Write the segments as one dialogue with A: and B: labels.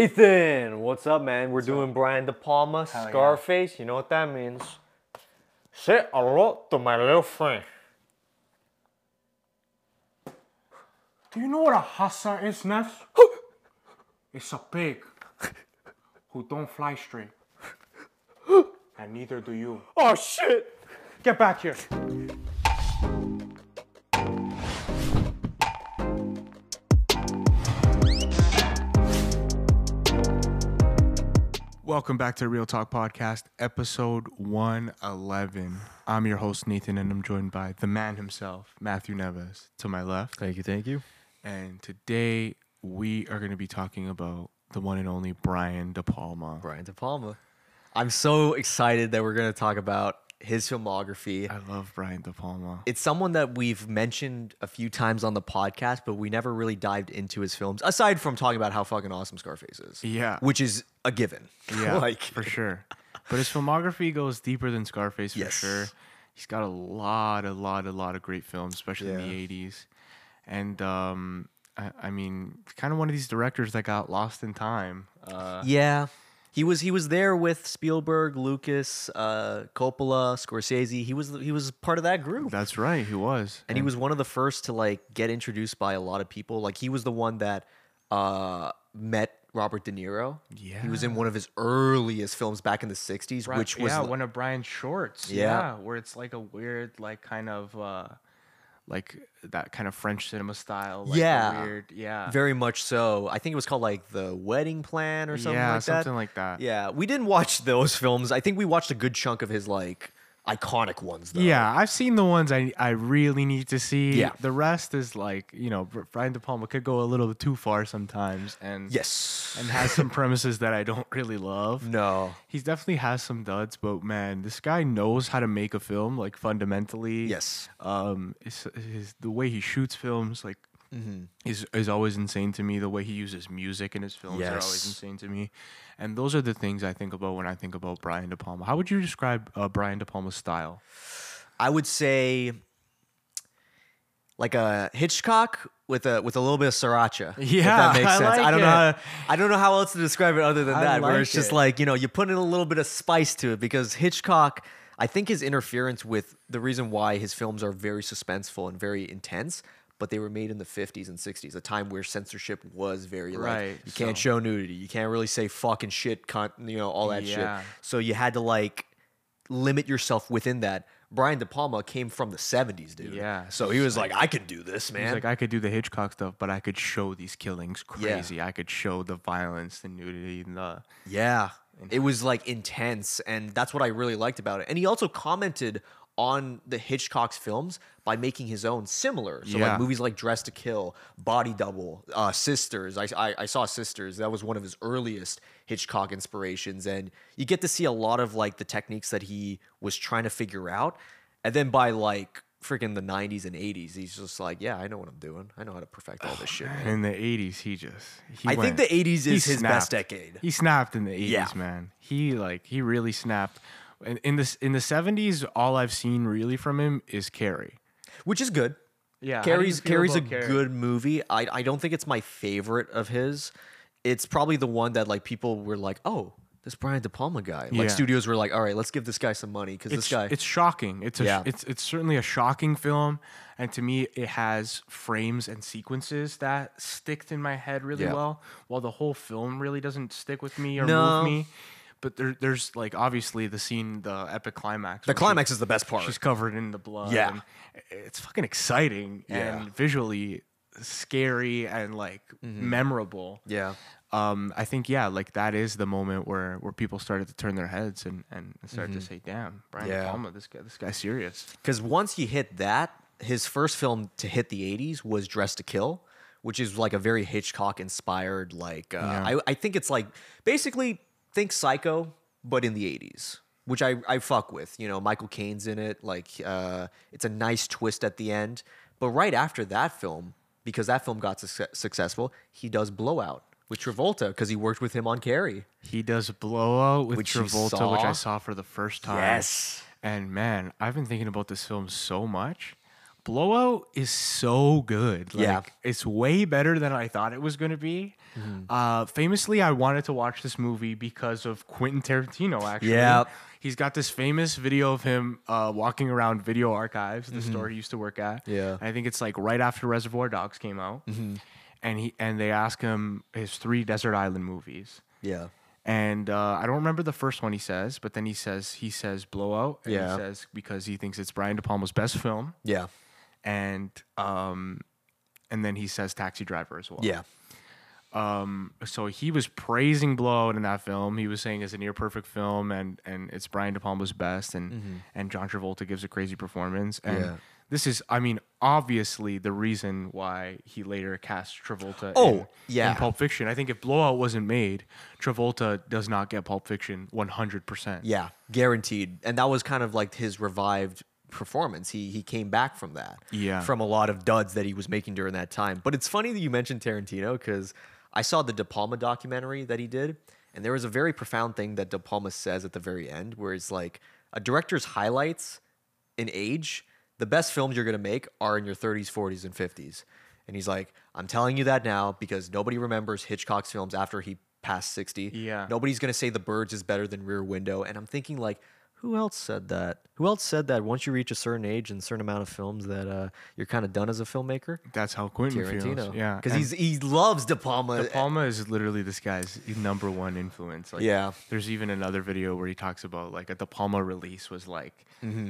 A: Nathan, what's up, man? We're doing Brian De Palma,
B: yeah.
A: Scarface. You know what that means. Say hello to my little friend.
B: Do you know what a hussar is, Nefs? it's a pig who don't fly straight. And neither do you.
A: Oh shit!
B: Get back here. Welcome back to Real Talk Podcast, episode 111. I'm your host, Nathan, and I'm joined by the man himself, Matthew Neves, to my left.
C: Thank you, thank you.
B: And today we are going to be talking about the one and only Brian De Palma.
C: Brian De Palma. I'm so excited that we're going to talk about his filmography.
B: I love Brian De Palma.
C: It's someone that we've mentioned a few times on the podcast, but we never really dived into his films aside from talking about how fucking awesome Scarface is.
B: Yeah.
C: Which is a given.
B: Yeah,
C: like
B: for sure. But his filmography goes deeper than Scarface for
C: Yes.
B: sure. He's got a lot, a lot, a lot of great films, especially in
C: Yeah.
B: the '80s. And um, I, I mean, kind of one of these directors that got lost in time. Uh,
C: Yeah. He was he was there with Spielberg, Lucas, uh, Coppola, Scorsese. He was he was part of that group.
B: that's right, he was.
C: and he was one of the first to like get introduced by a lot of people. Like he was the one that uh, met Robert De Niro. he was in one of his earliest films back in the '60s,
B: Bri-
C: which was
B: yeah
C: like-
B: one of Brian Short's.
C: Yeah.
B: where it's like a weird, like kind of uh, like that kind of French cinema style. Like the
C: Yeah.
B: weird, yeah,
C: very much so. I think it was called like the Wedding Plan or something
B: yeah,
C: like
B: something
C: that.
B: like that.
C: yeah, we didn't watch those films. I think we watched a good chunk of his like iconic ones though.
B: Yeah, I've seen the ones I, I really need to see.
C: Yeah.
B: The rest is like, you know, Br- Brian De Palma could go a little too far sometimes and
C: Yes.
B: and has some premises that I don't really love.
C: no.
B: He definitely has some duds, but man, this guy knows how to make a film like fundamentally.
C: Yes.
B: Um his, his the way he shoots films like
C: Mm-hmm.
B: is is always insane to me. The way he uses music in his films are always
C: Yes.
B: insane to me. And those are the things I think about when I think about Brian De Palma. How would you describe uh, Brian De Palma's style?
C: I would say like a Hitchcock with a with a little bit of sriracha. if
B: Yeah,
C: that makes
B: I
C: sense.
B: like
C: I don't know.
B: it.
C: How, I don't know how else to describe it other than
B: I
C: that. where
B: like
C: it's just
B: it.
C: like you know you put in a little bit of spice to it because Hitchcock. I think his interference with the reason why his films are very suspenseful and very intense. But they were made in the 50s and 60s, a time where censorship was very like
B: Right,
C: you can't
B: so-
C: show nudity, you can't really say fucking shit, cunt, you know all that
B: Yeah.
C: shit. So you had to like limit yourself within that. Brian De Palma came from the 70s, dude.
B: Yeah,
C: So he was like, I can do this,
B: He's
C: man.
B: like, I could do the Hitchcock stuff, but I could show these killings
C: Yeah.
B: crazy. I could show the violence, the nudity, and the
C: yeah. It was like intense. And that's what I really liked about it. And he also commented on the Hitchcock's films by making his own similar. So
B: Yeah.
C: like movies like Dress to Kill, Body Double, uh, Sisters. I, I, I saw Sisters. That was one of his earliest Hitchcock inspirations. And you get to see a lot of like the techniques that he was trying to figure out. And then by like freaking the 90s and 80s, he's just like, yeah, I know what I'm doing. I know how to perfect all this shit. man."
B: in the eighties. He just. He
C: I
B: went-
C: think the 80s
B: he
C: is his best
B: snapped.
C: decade.
B: He snapped in the eighties,
C: Yeah.
B: man. He like he really snapped. In, in this in the seventies, all I've seen really from him is Carrie.
C: which is good.
B: Yeah, how do you
C: Carrie's
B: feel
C: Carrie's a
B: about Carrie?
C: good movie. I I don't think it's my favorite of his. It's probably the one that like people were like, oh, this Brian De Palma guy. Like
B: Yeah.
C: studios were like, all right, let's give this guy some money because this
B: It's
C: guy.
B: it's shocking. It's a,
C: Yeah.
B: it's it's certainly a shocking film, and to me, it has frames and sequences that sticked in my head really
C: Yeah.
B: well. While the whole film really doesn't stick with me or
C: No.
B: move me, but there, there's like obviously the scene, the epic climax.
C: the
B: where she-
C: climax is the best part.
B: she's covered in the blood.
C: Yeah.
B: and it's fucking exciting
C: Yeah.
B: and visually scary and like
C: Mm-hmm.
B: memorable.
C: yeah.
B: Um, I think yeah, like that is the moment where where people started to turn their heads and and started to say, "Damn, Brian De
C: Yeah.
B: Palma, this guy, this guy's serious."
C: Because once he hit that, his first film to hit the 80s was Dress to Kill, which is like a very Hitchcock inspired, like, uh, I, I think it's like basically think psycho, but in the 80s. Which I, I fuck with, you know. Michael Caine's in it. Like, uh, it's a nice twist at the end. But right after that film, because that film got succe- successful, he does Blowout with Travolta because he worked with him on Carrie.
B: He does Blowout with
C: Which you
B: Travolta, which I
C: saw?
B: saw for the first time. And man, I've been thinking about this film so much. Blowout is so good. Like,
C: Yeah.
B: It's way better than I thought it was going to be.
C: Mm-hmm.
B: Uh, famously, I wanted to watch this movie because of Quentin Tarantino, actually.
C: Yep.
B: He's got this famous video of him uh, walking around Video Archives, the store he used to work at.
C: Mm-hmm. Yeah. Mm-hmm.
B: I think it's like right after Reservoir Dogs came out. And, he, and they ask him his three Desert Island movies.
C: Yeah.
B: And uh, I don't remember the first one he says, but then he says he says Blowout. And
C: Yeah.
B: He says because he thinks it's Brian De Palma's best film,
C: Yeah.
B: and um, and then he says Taxi Driver as well.
C: Yeah.
B: So he was praising Blowout in that film. He was saying it's a near perfect film, and and it's Brian De Palma's best, and and John Travolta gives a crazy performance. And
C: Mm-hmm. Yeah.
B: this is, I mean, obviously the reason why he later cast Travolta. in,
C: Oh, yeah.
B: in Pulp Fiction. I think if Blowout wasn't made, Travolta does not get Pulp Fiction one hundred percent.
C: Yeah. Guaranteed. And that was kind of like his revived performance. He he came back from that.
B: Yeah.
C: From a lot of duds that he was making during that time. But it's funny that you mentioned Tarantino because I saw the De Palma documentary that he did, and there was a very profound thing that De Palma says at the very end, where it's like a director's highlights in age, the best films you're gonna make are in your 30s, 40s, and 50s. And he's like, I'm telling you that now because nobody remembers Hitchcock's films after he passed 60.
B: Yeah.
C: Nobody's gonna say The Birds is better than Rear Window. And I'm thinking like, who else said that? Who else said that? Once you reach a certain age and certain amount of films, that uh, you're kind of done as a filmmaker.
B: That's how Quentin
C: Tarantino,
B: feels. Yeah,
C: because
B: and
C: he's he loves De Palma.
B: De Palma is literally this guy's number one influence. Like,
C: Yeah.
B: there's even another video where he talks about like at the Palma release was like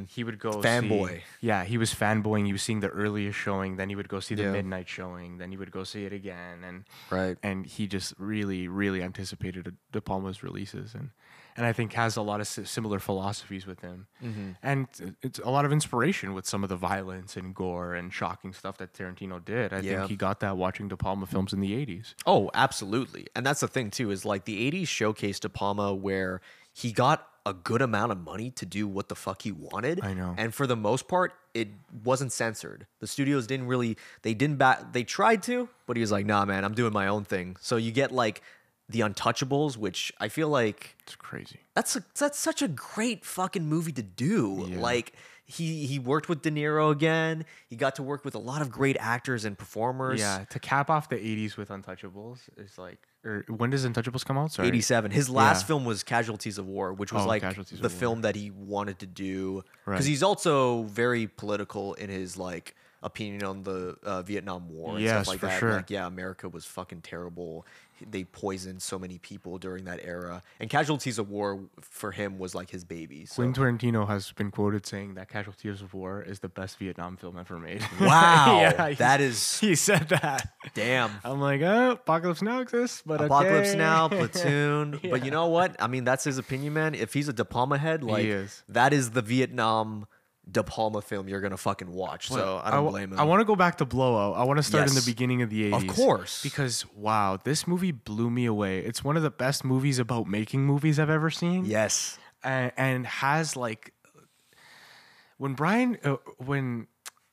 B: he would go
C: Mm-hmm. Fanboy.
B: see- yeah, he was fanboying. He was seeing the earliest showing, then he would go see the midnight showing, then he would go see it again, and
C: Right.
B: and he just really really anticipated De Palma's releases and. And I think has a lot of si- similar philosophies with him,
C: Mm-hmm.
B: and it's a lot of inspiration with some of the violence and gore and shocking stuff that Tarantino did. I
C: Yeah.
B: think he got that watching De Palma films in the '80s.
C: Oh, absolutely. And that's the thing too is like the 80s showcased De Palma where he got a good amount of money to do what the fuck he wanted.
B: I know.
C: And for the most part, it wasn't censored. The studios didn't really they didn't bat they tried to, but he was like, "Nah, man, I'm doing my own thing." So you get like The Untouchables, which I feel like
B: It's crazy.
C: that's a, that's such a great fucking movie to do. Like he he worked with De Niro again. He got to work with a lot of great actors and performers.
B: Yeah, to cap off the '80s with Untouchables is like, or when does Untouchables come out? Sorry,
C: 87. His last
B: Yeah.
C: film was Casualties of War, which was
B: Oh,
C: like
B: Casualties of
C: the
B: War.
C: film that he wanted to do. Because
B: Right.
C: he's also very political in his like opinion on the uh, Vietnam War and
B: Yes,
C: stuff like
B: for
C: that.
B: sure.
C: Like, yeah, America was fucking terrible. They poisoned so many people during that era. And Casualties of War for him was like his baby. So.
B: Quentin Tarantino has been quoted saying that Casualties of War is the best Vietnam film ever made.
C: Wow,
B: Yeah, he-
C: that is
B: he said that.
C: damn.
B: I'm like, oh, Apocalypse Now exists, but
C: Apocalypse
B: okay."
C: Now, Platoon. But you know what? I mean, that's his opinion, man. If he's a De Palma head, like
B: is.
C: that is the Vietnam De Palma film you're gonna fucking watch. so I don't
B: w-
C: blame him.
B: I want to go back to Blowout. I want to start in
C: Yes.
B: the beginning of the
C: Of
B: 80s.
C: course.
B: Because, wow, this movie blew me away. It's one of the best movies about making movies I've ever seen.
C: yes.
B: and, and has like when Brian uh, when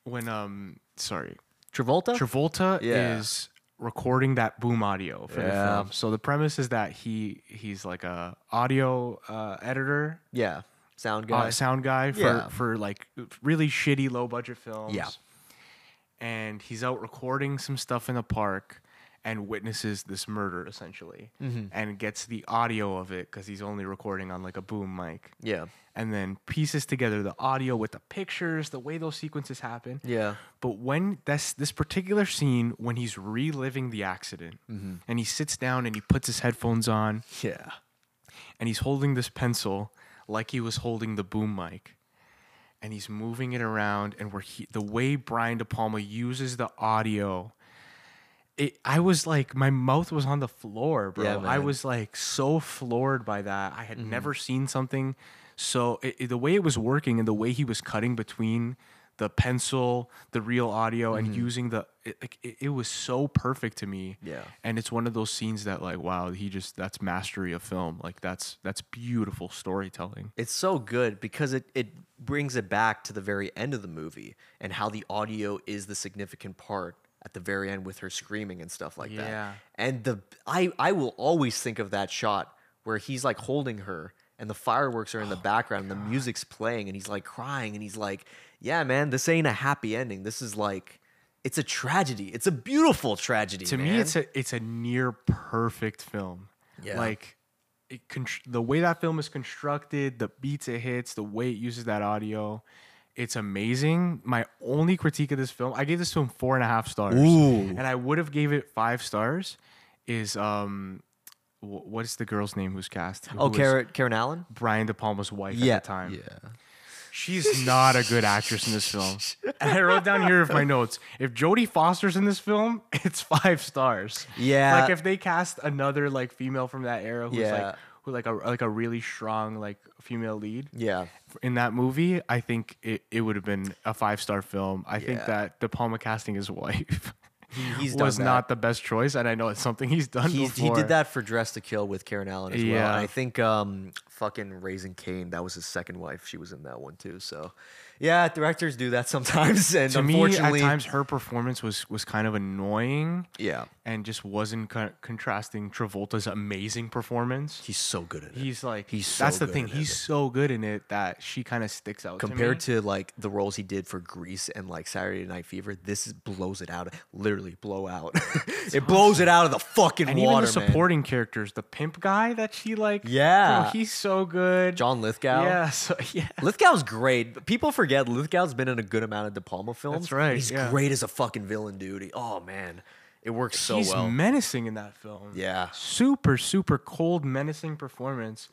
B: when um sorry
C: Travolta.
B: Travolta
C: Yeah.
B: is recording that boom audio for
C: Yeah.
B: the film. So the premise is that he he's like a audio uh, editor,
C: yeah. Sound
B: uh,
C: guy.
B: sound guy for
C: Yeah.
B: for like really shitty low budget films.
C: Yeah.
B: And he's out recording some stuff in the park and witnesses this murder essentially
C: Mm-hmm.
B: and gets the audio of it cuz he's only recording on like a boom mic
C: yeah.
B: and then pieces together the audio with the pictures, the way those sequences happen.
C: Yeah.
B: But when this this particular scene when he's reliving the accident
C: Mm-hmm.
B: and he sits down and he puts his headphones on
C: Yeah.
B: and he's holding this pencil like he was holding the boom mic and he's moving it around and we're he, the way Brian De Palma uses the audio it, I was like my mouth was on the floor bro
C: Yeah,
B: I
C: man.
B: was like so floored by that I had never seen something so it, it- the way it was working and the way he was cutting between the pencil the real audio and using the it, like, it, it was so perfect to me
C: Yeah.
B: and it's one of those scenes that like wow he just that's mastery of film like that's that's beautiful storytelling
C: It's so good because it it brings it back to the very end of the movie and how the audio is the significant part at the very end with her screaming and stuff like that.
B: Yeah.
C: And the I I will always think of that shot where he's like
B: Oh
C: holding her and the fireworks are in the background and the music's playing and he's like crying and he's like yeah, man, this ain't a happy ending. This is like, it's a tragedy. It's a beautiful tragedy.
B: to me it's a it's a near perfect film
C: Yeah.
B: like it con- the way that film is constructed the beats it hits the way it uses that audio it's amazing my only critique of this film i gave this film four and a half stars
C: Ooh.
B: and i would have gave it five stars is um wh- what is the girl's name who's cast
C: oh,
B: Who was
C: Karen, Karen Allen.
B: brian de palma's wife
C: yeah,
B: at the time
C: yeah.
B: She's not a good actress in this film. And I wrote down here in my notes if Jodie Foster's in this film, it's five stars.
C: Yeah.
B: Like if they cast another like female from that era who's
C: Yeah.
B: like who like a like a really strong like female lead
C: Yeah.
B: in that movie, I think it, it would have been a five star film. I think
C: Yeah.
B: that De Palma casting his wife
C: he's done
B: was
C: that.
B: not the best choice, and I know it's something he's done
C: He's, he
B: before.
C: did that for Dress to Kill with Karen Allen as well.
B: Yeah.
C: And I think um, fucking Raising Kane, that was his second wife. She was in that one too. So, yeah, directors do that sometimes. And
B: To me, at
C: unfortunately,
B: times her performance was was kind of annoying.
C: yeah,
B: and just wasn't co- contrasting Travolta's amazing performance.
C: he's so good at it.
B: He's like
C: He's so
B: that's the
C: good
B: thing.
C: in it.
B: He's so good in it that she kind of sticks out
C: Compared to
B: to,
C: like the roles he did for Grease and like Saturday Night Fever, this is- blows it out. Literally, blow out. it blows it out of the fucking
B: me. and
C: water.
B: even the
C: man.
B: supporting characters, the pimp guy that she like,
C: Yeah.
B: bro, he's so good.
C: John Lithgow.
B: yeah, so yeah,
C: Lithgow's great. but People forget Lithgow's been in a good amount of De Palma films.
B: That's right,
C: He's
B: yeah.
C: great as a fucking villain, dude. He- Oh man, it works so
B: he's
C: well.
B: menacing in that film.
C: Yeah.
B: super super cold, menacing performance,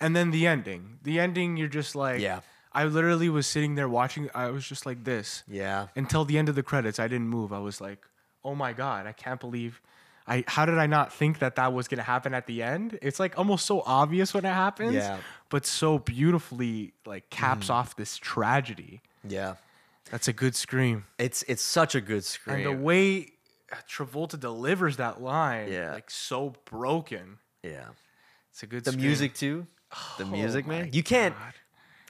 B: and then the ending. The ending, you're just like,
C: Mm-hmm. Yeah.
B: I literally was sitting there watching. I was just like this.
C: yeah.
B: until the end of the credits i didn't move i was like oh my god i can't believe i how did i not think that that was going to happen at the end it's like almost so obvious when it happens
C: Yeah.
B: but so beautifully like caps off this tragedy
C: Yeah.
B: that's a good scream
C: It's it's such a good screen.
B: and the way Travolta delivers that line
C: Yeah.
B: like so broken
C: yeah. Oh
B: it's a good
C: The
B: scream.
C: music too. The music, man. You can't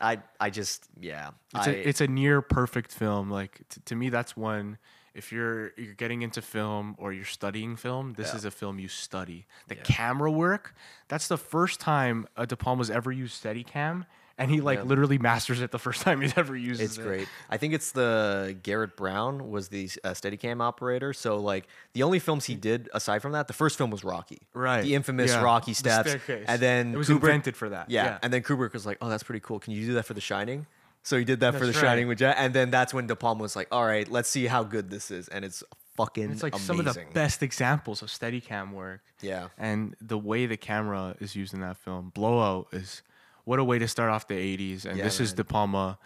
C: I I just yeah.
B: it's,
C: I,
B: a, it's a near perfect film like t- to me that's one if you're you're getting into film or you're studying film this is a film you study the camera work that's the first time uh, de palma's ever used steadicam and he like literally masters it the first time he's ever used
C: It's
B: it
C: great. I think it's the Garrett Brown was the uh, Steadicam operator. So like the only films he did aside from that, the first film was Rocky,
B: Right.
C: The infamous
B: Yeah.
C: Rocky
B: The
C: steps,
B: staircase.
C: and then
B: It was
C: Kubrick,
B: invented for that.
C: Yeah.
B: Yeah.
C: and then Kubrick was like, "Oh, that's pretty cool. Can you do that for The Shining?" So he did that for The
B: That's right.
C: Shining with Jack, and then that's when De Palma was like, "All right, let's see how good this is," and it's fucking
B: it's like
C: amazing.
B: some of the best examples of steadicam work
C: Yeah.
B: and the way the camera is used in that film blowout is what a way to start off the 80s and
C: Yeah,
B: this is
C: man.
B: de palma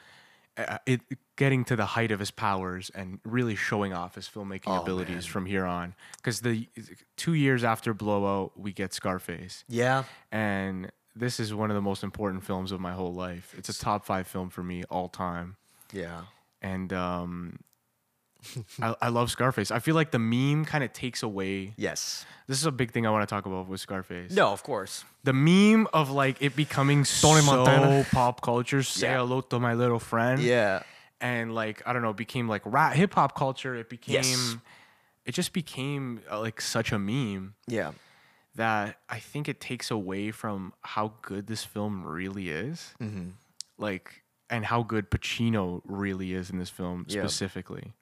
B: uh, it, getting to the height of his powers and really showing off his filmmaking
C: Oh,
B: abilities from here on because the two years after blowout we get scarface
C: Yeah,
B: and this is one of the most important films of my whole life it's a top five film for me all time
C: yeah,
B: and um, I, I love scarface i feel like the meme kind of takes away
C: yes.
B: this is a big thing i want to talk about with scarface
C: No, of course.
B: the meme of like it becoming so
A: Montana.
B: pop culture. Say
C: Yeah.
B: hello to my little friend.
C: Yeah,
B: and like I don't know, became like rap hip hop culture. It became,
C: Yes.
B: it just became uh, like such a meme
C: yeah,
B: that I think it takes away from how good this film really is,
C: Mm-hmm.
B: like and how good Pacino really is in this film specifically.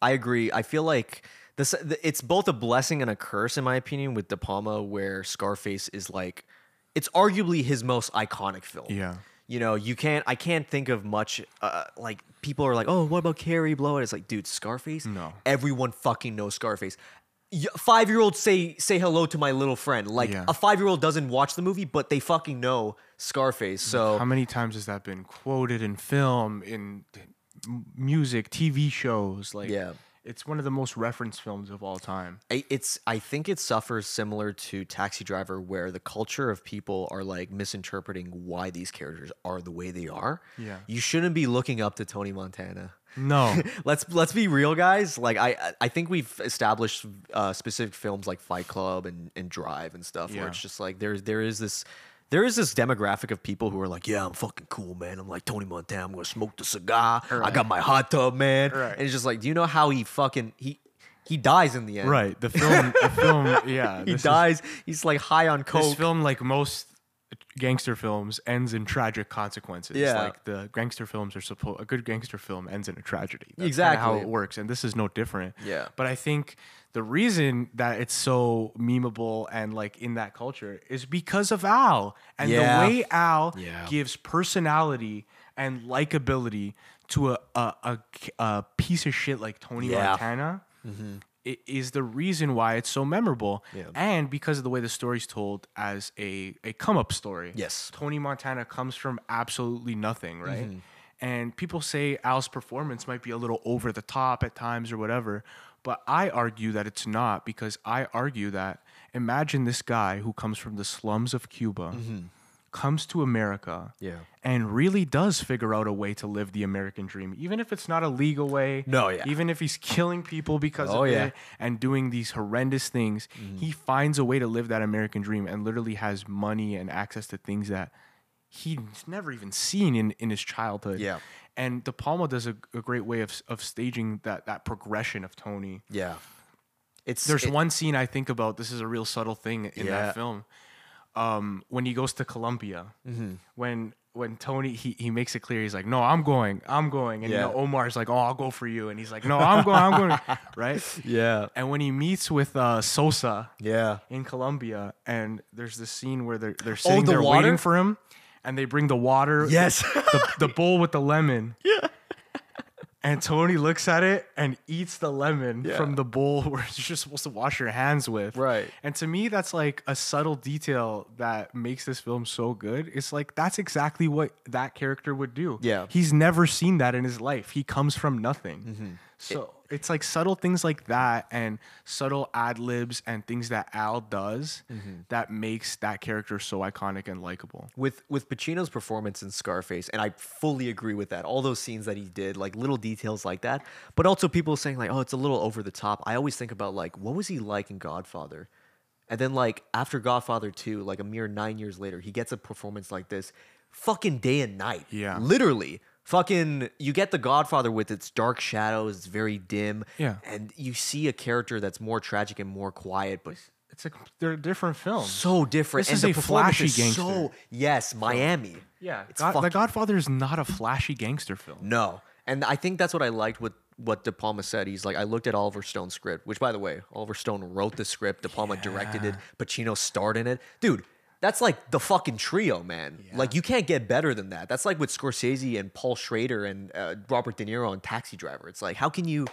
C: I agree. I feel like this. th- It's both a blessing and a curse, in my opinion, with De Palma, where Scarface is like, it's arguably his most iconic film.
B: Yeah.
C: You know, you can't. I can't think of much. Uh, like people are like, "Oh, what about Carrie Blow?" It's like, dude, Scarface.
B: No.
C: everyone fucking knows Scarface. Five year olds say say hello to my little friend. Like
B: Yeah.
C: a five year old doesn't watch the movie, but they fucking know Scarface. So
B: How many times has that been quoted in film, in m- music, TV shows? Like,
C: Yeah.
B: it's one of the most referenced films of all time.
C: I- it's I think it suffers similar to Taxi Driver, where the culture of people are like misinterpreting why these characters are the way they are.
B: Yeah.
C: you shouldn't be looking up to Tony Montana.
B: No,
C: Let's let's be real, guys. Like I I- I think we've established uh, specific films like Fight Club and, and Drive and stuff, where
B: Yeah.
C: it's just like there there is this. There is this demographic of people who are like, "Yeah, I'm fucking cool, man. I'm like Tony Montana. I'm gonna smoke the cigar. I got my hot tub, man."
B: Right.
C: And it's just like, do you know how he fucking he he dies in the end?
B: right? The film, the film, yeah.
C: he
B: this is-
C: dies. he's like high on
B: this
C: coke.
B: film, like most gangster films ends in tragic consequences.
C: Yeah.
B: Like the gangster films are supposed a good gangster film ends in a tragedy. That's kinda how
C: Exactly.
B: it works and this is no different.
C: Yeah.
B: But I think the reason that it's so memeable and like in that culture is because of Al and
C: Yeah.
B: the way Al
C: Yeah.
B: gives personality and likability to a a, a, a piece of shit like Tony
C: Yeah.
B: Montana i- is the reason why it's so memorable and because of the way the story's told as a, a come up story.
C: Yes.
B: Tony Montana comes from absolutely nothing, right?
C: Mm-hmm.
B: And people say Al's performance might be a little over the top at times or whatever, but I argue that it's not because I argue that imagine this guy who comes from the slums of Cuba comes to America
C: Mm-hmm. Yeah.
B: and really does figure out a way to live the American dream, even if it's not a legal way.
C: No, yeah.
B: Even if he's killing people because
C: Oh,
B: of
C: yeah. Mm-hmm.
B: it and doing these horrendous things, he finds a way to live that American dream and literally has money and access to things that he's never even seen in, in his childhood.
C: Yeah.
B: And De Palma does a, a great way of, of staging that, that progression of Tony.
C: Yeah. It's
B: There's
C: it-
B: one scene I think about. This is a real subtle thing in
C: Yeah.
B: that film. Um, when he goes to Colombia,
C: Mm-hmm.
B: when when Tony he he makes it clear he's like, no, I'm going, I'm going, and you
C: Yeah.
B: know, Omar's like, oh, I'll go for you, and he's like, no, I'm going, I'm going, right?
C: Yeah.
B: And when he meets with uh, Sosa
C: Yeah.
B: in Colombia, and there's this scene where they're they're sitting
C: Oh, the
B: there
C: water?
B: waiting for him, and they bring the water,
C: Yes.
B: the, the bowl with the lemon. Yeah. And Tony looks at it and eats the lemon from the bowl where you're supposed to wash your hands with.
C: Right.
B: And to me, that's like a subtle detail that makes this film so good. It's like that's exactly what that character would do.
C: Yeah. Mm-hmm.
B: He's never seen that in his life. He comes from nothing. So it's like subtle things like that and subtle ad libs and things that Al does
C: Mm-hmm.
B: that makes that character so iconic and likable.
C: with with Pacino's performance in Scarface, and I fully agree with that. All those scenes that he did, like little details like that, but also people saying like, "Oh, it's a little over the top." I always think about like, what was he like in Godfather? And then like after Godfather 2, like a mere 9 years later, he gets a performance like this fucking day and night.
B: Yeah.
C: Literally. Fucking you get the Godfather with its dark shadows, it's very dim.
B: Yeah.
C: And you see a character that's more tragic and more quiet, but
B: It's a they're different films.
C: so different.
B: This
C: and
B: is
C: the
B: a
C: performance
B: flashy
C: is
B: gangster.
C: So yes, Miami.
B: Yeah,
C: it's
B: God,
C: fucking,
B: The Godfather is not a flashy gangster film.
C: no. And I think that's what I liked with what De Palma said. He's like, I looked at Oliver Stone's script, which by the way, Oliver Stone wrote the script, De Palma directed it, Pacino starred in it, dude. That's like the fucking trio, man. Like you can't get better than that. That's like with Scorsese and Paul Schrader and uh, Robert De Niro and Taxi Driver. It's like, how can you?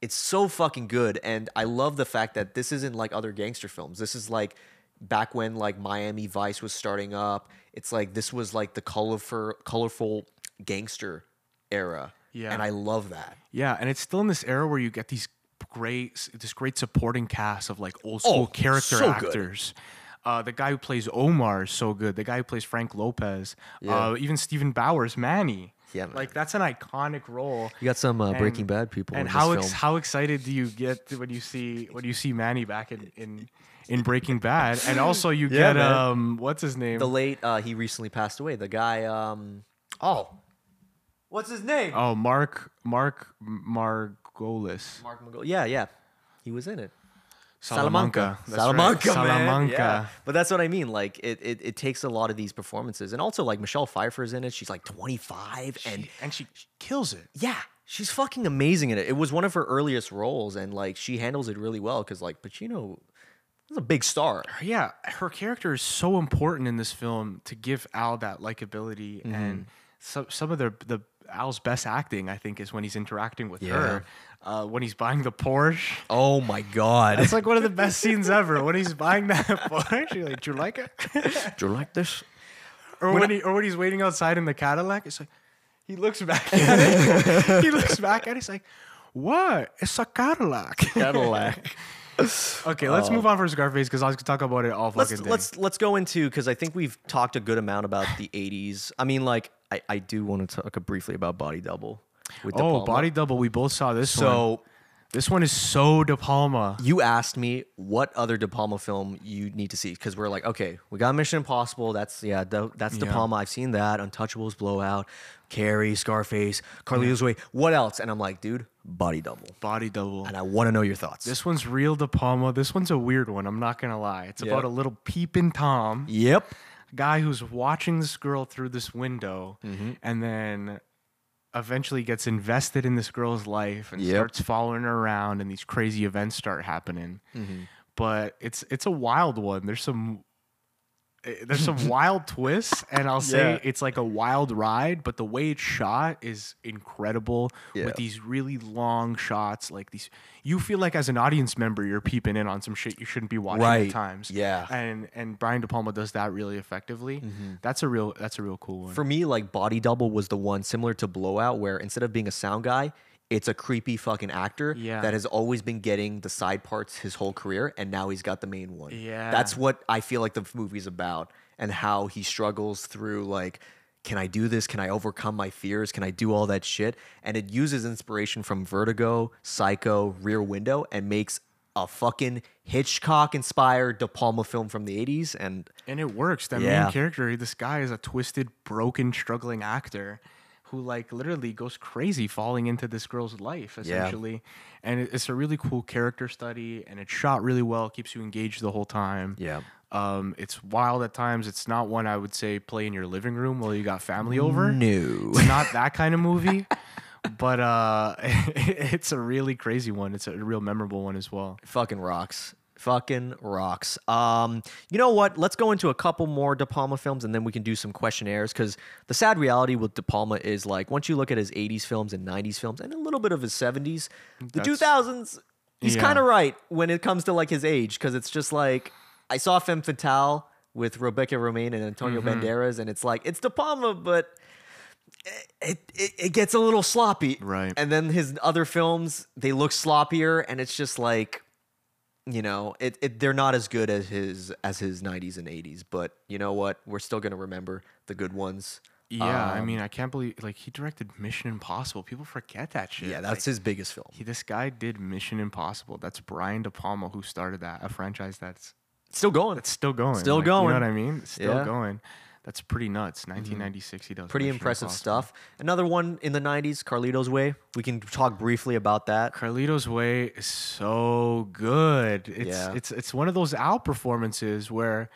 C: It's so fucking good, and I love the fact that this isn't like other gangster films. This is like back when like Miami Vice was starting up. It's like this was like the colorful, colorful gangster era.
B: Yeah.
C: and I love that.
B: Yeah, and it's still in this era where you get these great this great supporting cast of like old school
C: Oh,
B: character
C: so good.
B: actors. Uh, the guy who plays Omar is so good. The guy who plays Frank Lopez, uh, even Stephen Bowers, Manny.
C: Yeah, man.
B: like that's an iconic role.
C: You got some uh,
B: And-
C: Breaking Bad people.
B: And
C: in
B: how
C: this
B: ex- how excited do you get when you see when you see Manny back in in, in Breaking Bad? And also you get
C: man.
B: um what's his name?
C: the late uh, he recently passed away. The guy, um, oh, what's his name?
B: oh Mark Mark Margolis.
C: Mark McGill. Yeah, yeah, he was in it.
B: Salamanca. That's right.
C: Salamanca, man.
B: Salamanca.
C: Yeah. But that's what I mean. Like it, it, it takes a lot of these performances, and also like Michelle Pfeiffer's in it. She's like 25, and
B: She- and she kills it.
C: yeah, she's fucking amazing in it. It was one of her earliest roles, and like she handles it really well because like Pacino is a big star.
B: Yeah, her character is so important in this film to give Al that likability
C: Mm-hmm.
B: and some some of the the Al's best acting I think is when he's interacting with her, uh, when he's buying the Porsche.
C: Oh my god,
B: It's like one of the best scenes ever when he's buying that Porsche. You're like, do you like it?
C: do you like this?
B: or when, he or when he's waiting outside in the Cadillac, it's like he looks back at it. he looks back at it. He's like, what? It's a Cadillac.
C: Cadillac.
B: Okay, let's move on from Scarface because I was gonna talk about it all fucking
C: Um, let's
B: day.
C: let's let's go into because I think we've talked a good amount about the '80s. I mean, like I, I do want to talk briefly about Body Double. With De
B: oh,
C: Palma.
B: body double. We both saw this one.
C: So
B: This one is so De Palma.
C: you asked me what other De Palma film you need to see because we're like, okay, we got Mission Impossible. That's yeah, Da- that's De
B: Yeah.
C: Palma. I've seen that. Untouchables, Blowout, Carrie, Scarface, Carlito's Way. What else? And I'm like, dude, Body Double.
B: Body double.
C: And I want to know your thoughts.
B: This one's real De Palma. This one's a weird one. I'm not gonna lie. It's about a little peeping Tom
C: yep.
B: guy who's watching this girl through this window
C: Mm-hmm.
B: and then eventually gets invested in this girl's life and
C: Yep.
B: starts following her around and these crazy events start happening.
C: Mm-hmm.
B: But it's it's a wild one. There's some eh, there's some wild twists and I'll say
D: Yeah.
B: it's like a wild ride, but the way it's shot is incredible
C: Yeah.
B: with these really long shots like these you feel like as an audience member you're peeping in on some shit you shouldn't be watching
C: Right.
B: at times
C: Yeah.
B: and and Brian De Palma does that really effectively. That's a real that's a real cool one.
C: Mm-hmm. For me, like Body Double was the one similar to Blowout, where instead of being a sound guy, it's a creepy fucking actor
B: Yeah.
C: that has always been getting the side parts his whole career, and now he's got the main one.
B: Yeah.
C: that's what I feel like the f- movie's about, and how he struggles through like, can I do this? Can I overcome my fears? Can I do all that shit? And it uses inspiration from Vertigo, Psycho, Rear Window, and makes a fucking Hitchcock-inspired De Palma film from the '80s, and
B: and it works. That
C: Yeah.
B: main character, this guy is a twisted, broken, struggling actor who like literally goes crazy falling into this girl's life essentially. And it- it's a really cool character study and it's shot really well, keeps you engaged the whole time.
C: Yeah.
B: Um, it's wild at times. It's not one I would say play in your living room while you got family over.
C: new.
B: It's not that kind of movie, but uh, it's a really crazy one. It's a real memorable one as well.
C: Fucking rocks. Fucking rocks. Um, you know what? Let's go into a couple more De Palma films and then we can do some questionnaires because the sad reality with De Palma is like once you look at his 80s films and 90s films and a little bit of his 70s, the 2000s, he's
B: Yeah.
C: kind of right when it comes to like his age because it's just like I saw Femme Fatale with Rebecca Romaine and Antonio Banderas and it's like it's De Palma, but it, it, it gets a little sloppy.
B: Right.
C: And then his other films, they look sloppier and it's just like, you know, it, it they're not as good as his as his 90s and 80s, but you know what? We're still going to remember the good ones.
B: Yeah, I mean, I can't believe like he directed Mission Impossible. People forget that shit.
C: Yeah, that's
B: like,
C: his biggest film.
B: he, this guy did Mission Impossible. That's Brian De Palma who started that, a franchise that's
C: Still going.
B: that's still going. Mm-hmm.
C: Still
B: like, You
C: going.
B: know what I mean? Still
C: Yeah.
B: going. That's pretty nuts. 1996 he does.
C: Pretty
B: Mission
C: impressive
B: Impossible.
C: stuff. Another one in the 90s, Carlito's Way. We can talk briefly about that.
B: Carlito's Way is so good. It's
C: Yeah.
B: it's it's one of those out performances where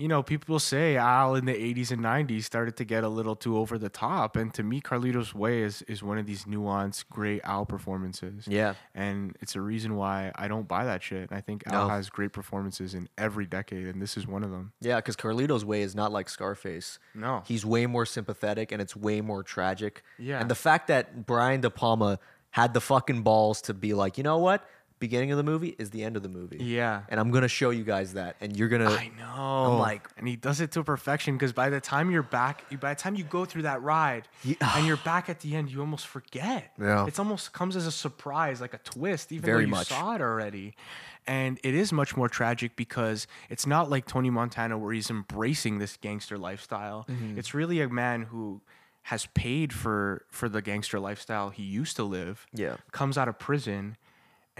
B: you know, people say Al in the 80s and 90s started to get a little too over the top. And to me, Carlito's Way is, is one of these nuanced, great Al performances.
C: Yeah.
B: And it's a reason why I don't buy that shit. I think Al
C: No.
B: has great performances in every decade, and this is one of them.
C: Yeah, because Carlito's Way is not like Scarface.
B: No.
C: He's way more sympathetic and it's way more tragic.
B: Yeah.
C: And the fact that Brian De Palma had the fucking balls to be like, you know what? Beginning of the movie is the end of the movie.
B: Yeah.
C: And I'm going to show you guys that. And you're going to.
B: I know.
C: like-
B: and he does it to perfection because by the time you're back, you- by the time you go through that ride and you're back at the end, you almost forget.
C: Yeah.
B: It's almost comes as a surprise, like a twist, even
C: Very
B: though you
C: much.
B: saw it already. And it is much more tragic because it's not like Tony Montana where he's embracing this gangster lifestyle.
C: Mm-hmm.
B: It's really a man who has paid for for the gangster lifestyle he used to live.
C: Yeah.
B: Comes out of prison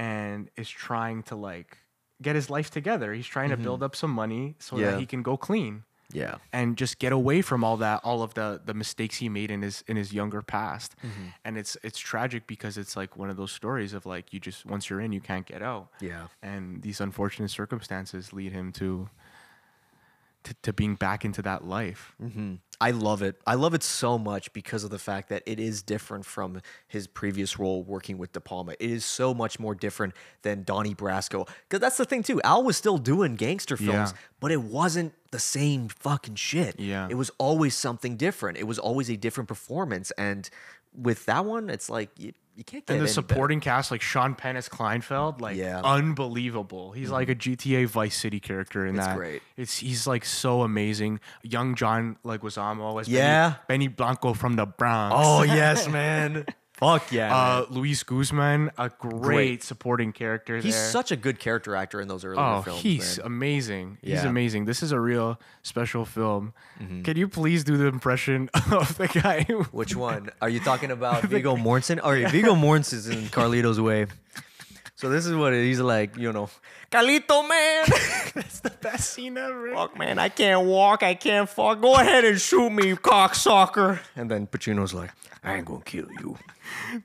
B: and is trying to like get his life together. He's trying to build up some money so
C: Mm-hmm. Yeah.
B: that he can go clean
C: Yeah.
B: and just get away from all that all of the the mistakes he made in his in his younger past.
C: Mm-hmm.
B: And it's it's tragic because it's like one of those stories of like you just once you're in you can't get out.
C: Yeah.
B: And these unfortunate circumstances lead him to to, to being back into that life.
C: Hmm. I love it. I love it so much because of the fact that it is different from his previous role working with De Palma. It is so much more different than Donnie Brasco. Because that's the thing, too. Al was still doing gangster films,
B: Yeah.
C: but it wasn't the same fucking shit.
B: Yeah.
C: It was always something different. It was always a different performance. And with that one, it's like you, you can't get any
B: And the
C: better.
B: supporting cast, like Sean Penn as Kleinfeld, like
C: Yeah. Mm-hmm.
B: unbelievable. He's like a GTA Vice City character in
C: It's
B: that.
C: great.
B: It's he's like so amazing. Young John Leguizamo as Benny-
C: Yeah.
B: Benny, Blanco from the Bronx.
C: Oh, yes, man. Fuck yeah. man.
B: uh, Luis Guzman, a great, supporting character.
C: He's
B: there.
C: such a good character actor in those earlier
B: Oh,
C: films.
B: he's
C: man.
B: amazing. He's
C: Yeah. Mm-hmm.
B: amazing. This is a real special film. Can you please do the impression of the guy who
C: Which one? Are you talking about Vigo Mortensen? All right, Vigo Mortensen's in Carlito's Way. So this is what it- he's like, you know, Carlito man,
B: That's the best scene ever?
C: fuck man, I can't walk, I can't fuck. Go ahead and shoot me, cocksucker. And then Pacino's like, I ain't gonna kill you.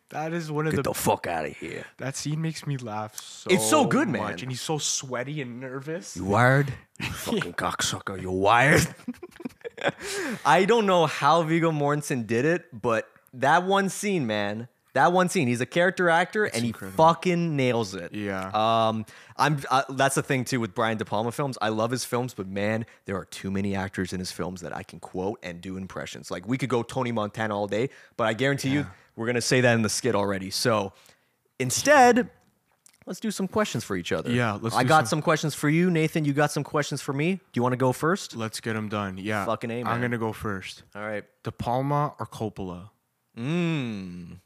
B: That is one of
C: Get
B: the
C: the fuck out of here.
B: That scene makes me laugh so
C: It's so good,
B: much.
C: man.
B: And he's so sweaty and nervous.
C: You wired? You fucking cocksucker, you wired. I don't know how Vigo Mortensen did it, but that one scene, man, that one scene, he's a character actor and he fucking nails it.
B: Yeah.
C: Um, I'm. I, that's the thing too with Brian De Palma films. I love his films, but man, there are too many actors in his films that I can quote and do impressions. Like we could go Tony Montana all day, but I guarantee you, we're gonna say that in the skit already. So instead. Let's do some questions for each other.
B: Yeah, let's
C: I
B: do
C: got
B: some-
C: some questions for you, Nathan. You got some questions for me. Do you want to go first?
B: Let's get them done. Yeah.
C: Fucking A, man.
B: I'm gonna go first.
C: All right.
B: De Palma or Coppola?
C: Mm.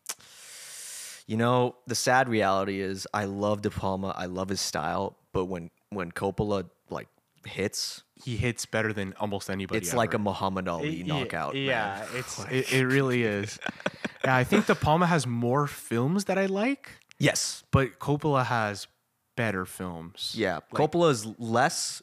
C: You know, the sad reality is I love De Palma. I love his style, but when when Coppola like hits,
B: He hits better than almost anybody.
C: it's like a
B: ever.
C: Muhammad Ali
B: Y-
C: knockout. man.
B: Yeah, it's it, it really is. Yeah, I think De Palma has more films that I like,
C: Yes.
B: but Coppola has better films.
C: Yeah. Coppola is less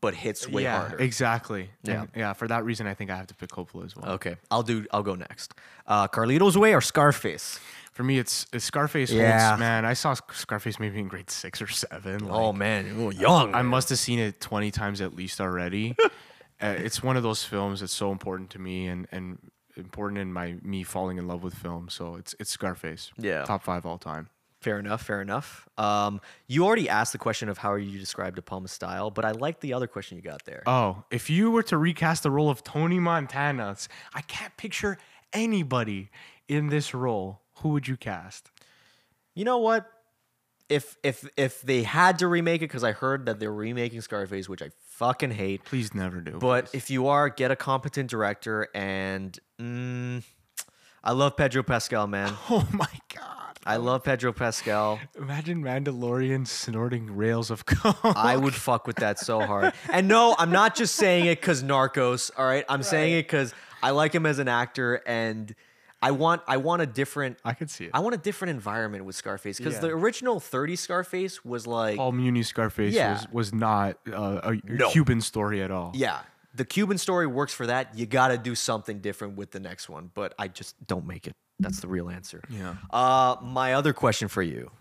C: but hits way
B: yeah,
C: harder.
B: exactly. Yeah, yeah. For that reason, I think I have to pick Coppola as well.
C: okay. I'll do I'll go next. Uh Carlito's Way or Scarface?
B: For me, it's, it's Scarface.
C: Yeah.
B: Holds, man, I saw Sc- Scarface maybe in grade six or seven. Like,
C: Oh man, Ooh, young.
B: I must have seen it 20 times at least already. uh, it's one of those films that's so important to me and, and important in my me falling in love with film. So it's it's Scarface.
C: Yeah.
B: Top five all time.
C: Fair enough, fair enough. Um, you already asked the question of how you describe De Palma's style, but I like the other question you got there.
B: Oh, if you were to recast the role of Tony Montana, it's- I can't picture anybody in this role. Who would you cast?
C: You know what? If if if they had to remake it, because I heard that they're remaking Scarface, which I fucking hate.
B: Please never do.
C: But if you are, get a competent director, and mm, I love Pedro Pascal, man.
B: oh my god.
C: I love Pedro Pascal.
B: Imagine Mandalorian snorting rails of coke.
C: I would fuck with that so hard. And no, I'm not just saying it because Narcos. All right, I'm saying it because I like him as an actor, and I want I want a different.
B: I could see it.
C: I want a different environment with Scarface because
B: Yeah.
C: the original 30 Scarface was like
B: Paul Muni Scarface
C: Yeah.
B: was, was not uh, a
C: No.
B: Cuban story at all.
C: Yeah. The Cuban story works for that. You got to do something different with the next one, but I just don't make it. That's the real answer.
B: Yeah.
C: Uh, my other question for you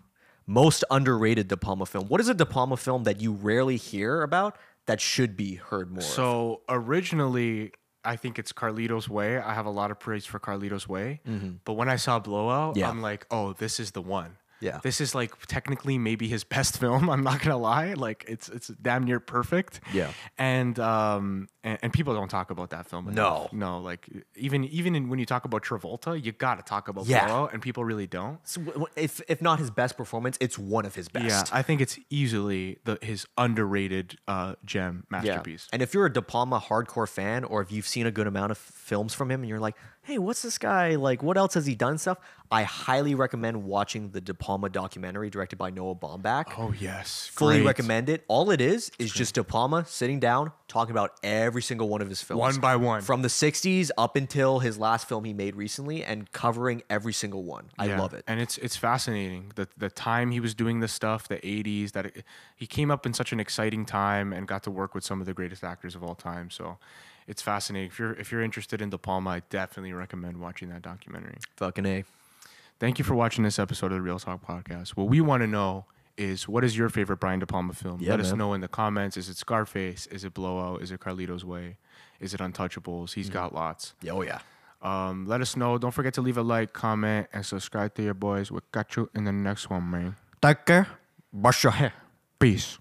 C: most underrated De Palma film. What is a De Palma film that you rarely hear about that should be heard more? of?
B: So originally, I think it's Carlito's Way. I have a lot of praise for Carlito's Way. But when I saw Blowout,
C: Mm-hmm. Yeah.
B: I'm like, oh, this is the one.
C: Yeah.
B: This is like technically maybe his best film. I'm not gonna lie. Like it's it's damn near perfect.
C: Yeah.
B: And um and, and people don't talk about that film. Enough. No. Like even even in, when you talk about Travolta, you gotta talk about
C: Yeah.
B: Blowout, and people really don't.
C: It's w- w- if, if not his best performance, it's one of his
B: Yeah,
C: best.
B: I think it's easily the his underrated uh, gem masterpiece.
C: And if you're a De Palma hardcore fan, or if you've seen a good amount of films from him, and you're like, "Hey, what's this guy like? What else has he done?" Stuff. I highly recommend watching the De Palma documentary directed by Noah Baumbach.
B: Oh yes,
C: Fully
B: great.
C: recommend it. All it is is just De Palma sitting down talking about every single one of his films,
B: One by one.
C: from the '60s up until his last film he made recently, and covering every single one. I
B: Yeah,
C: love it.
B: and it's it's fascinating the the time he was doing this stuff, the '80s. That it- he came up in such an exciting time and got to work with some of the greatest actors of all time. So, it's fascinating. If you're if you're interested in De Palma, I definitely recommend watching that documentary.
C: Fucking a.
B: Thank you for watching this episode of the Real Talk Podcast. What we want to know is what is your favorite Brian De Palma film? Let us
C: man.
B: know in the comments. Is it Scarface? Is it Blowout? Is it Carlito's Way? Is it Untouchables? He's got lots.
C: Yeah, Oh yeah.
B: Um, let us know. Don't forget to leave a like, comment, and subscribe to your boys. We got you in the next one, man.
C: Take care. Wash your hair.
B: Peace.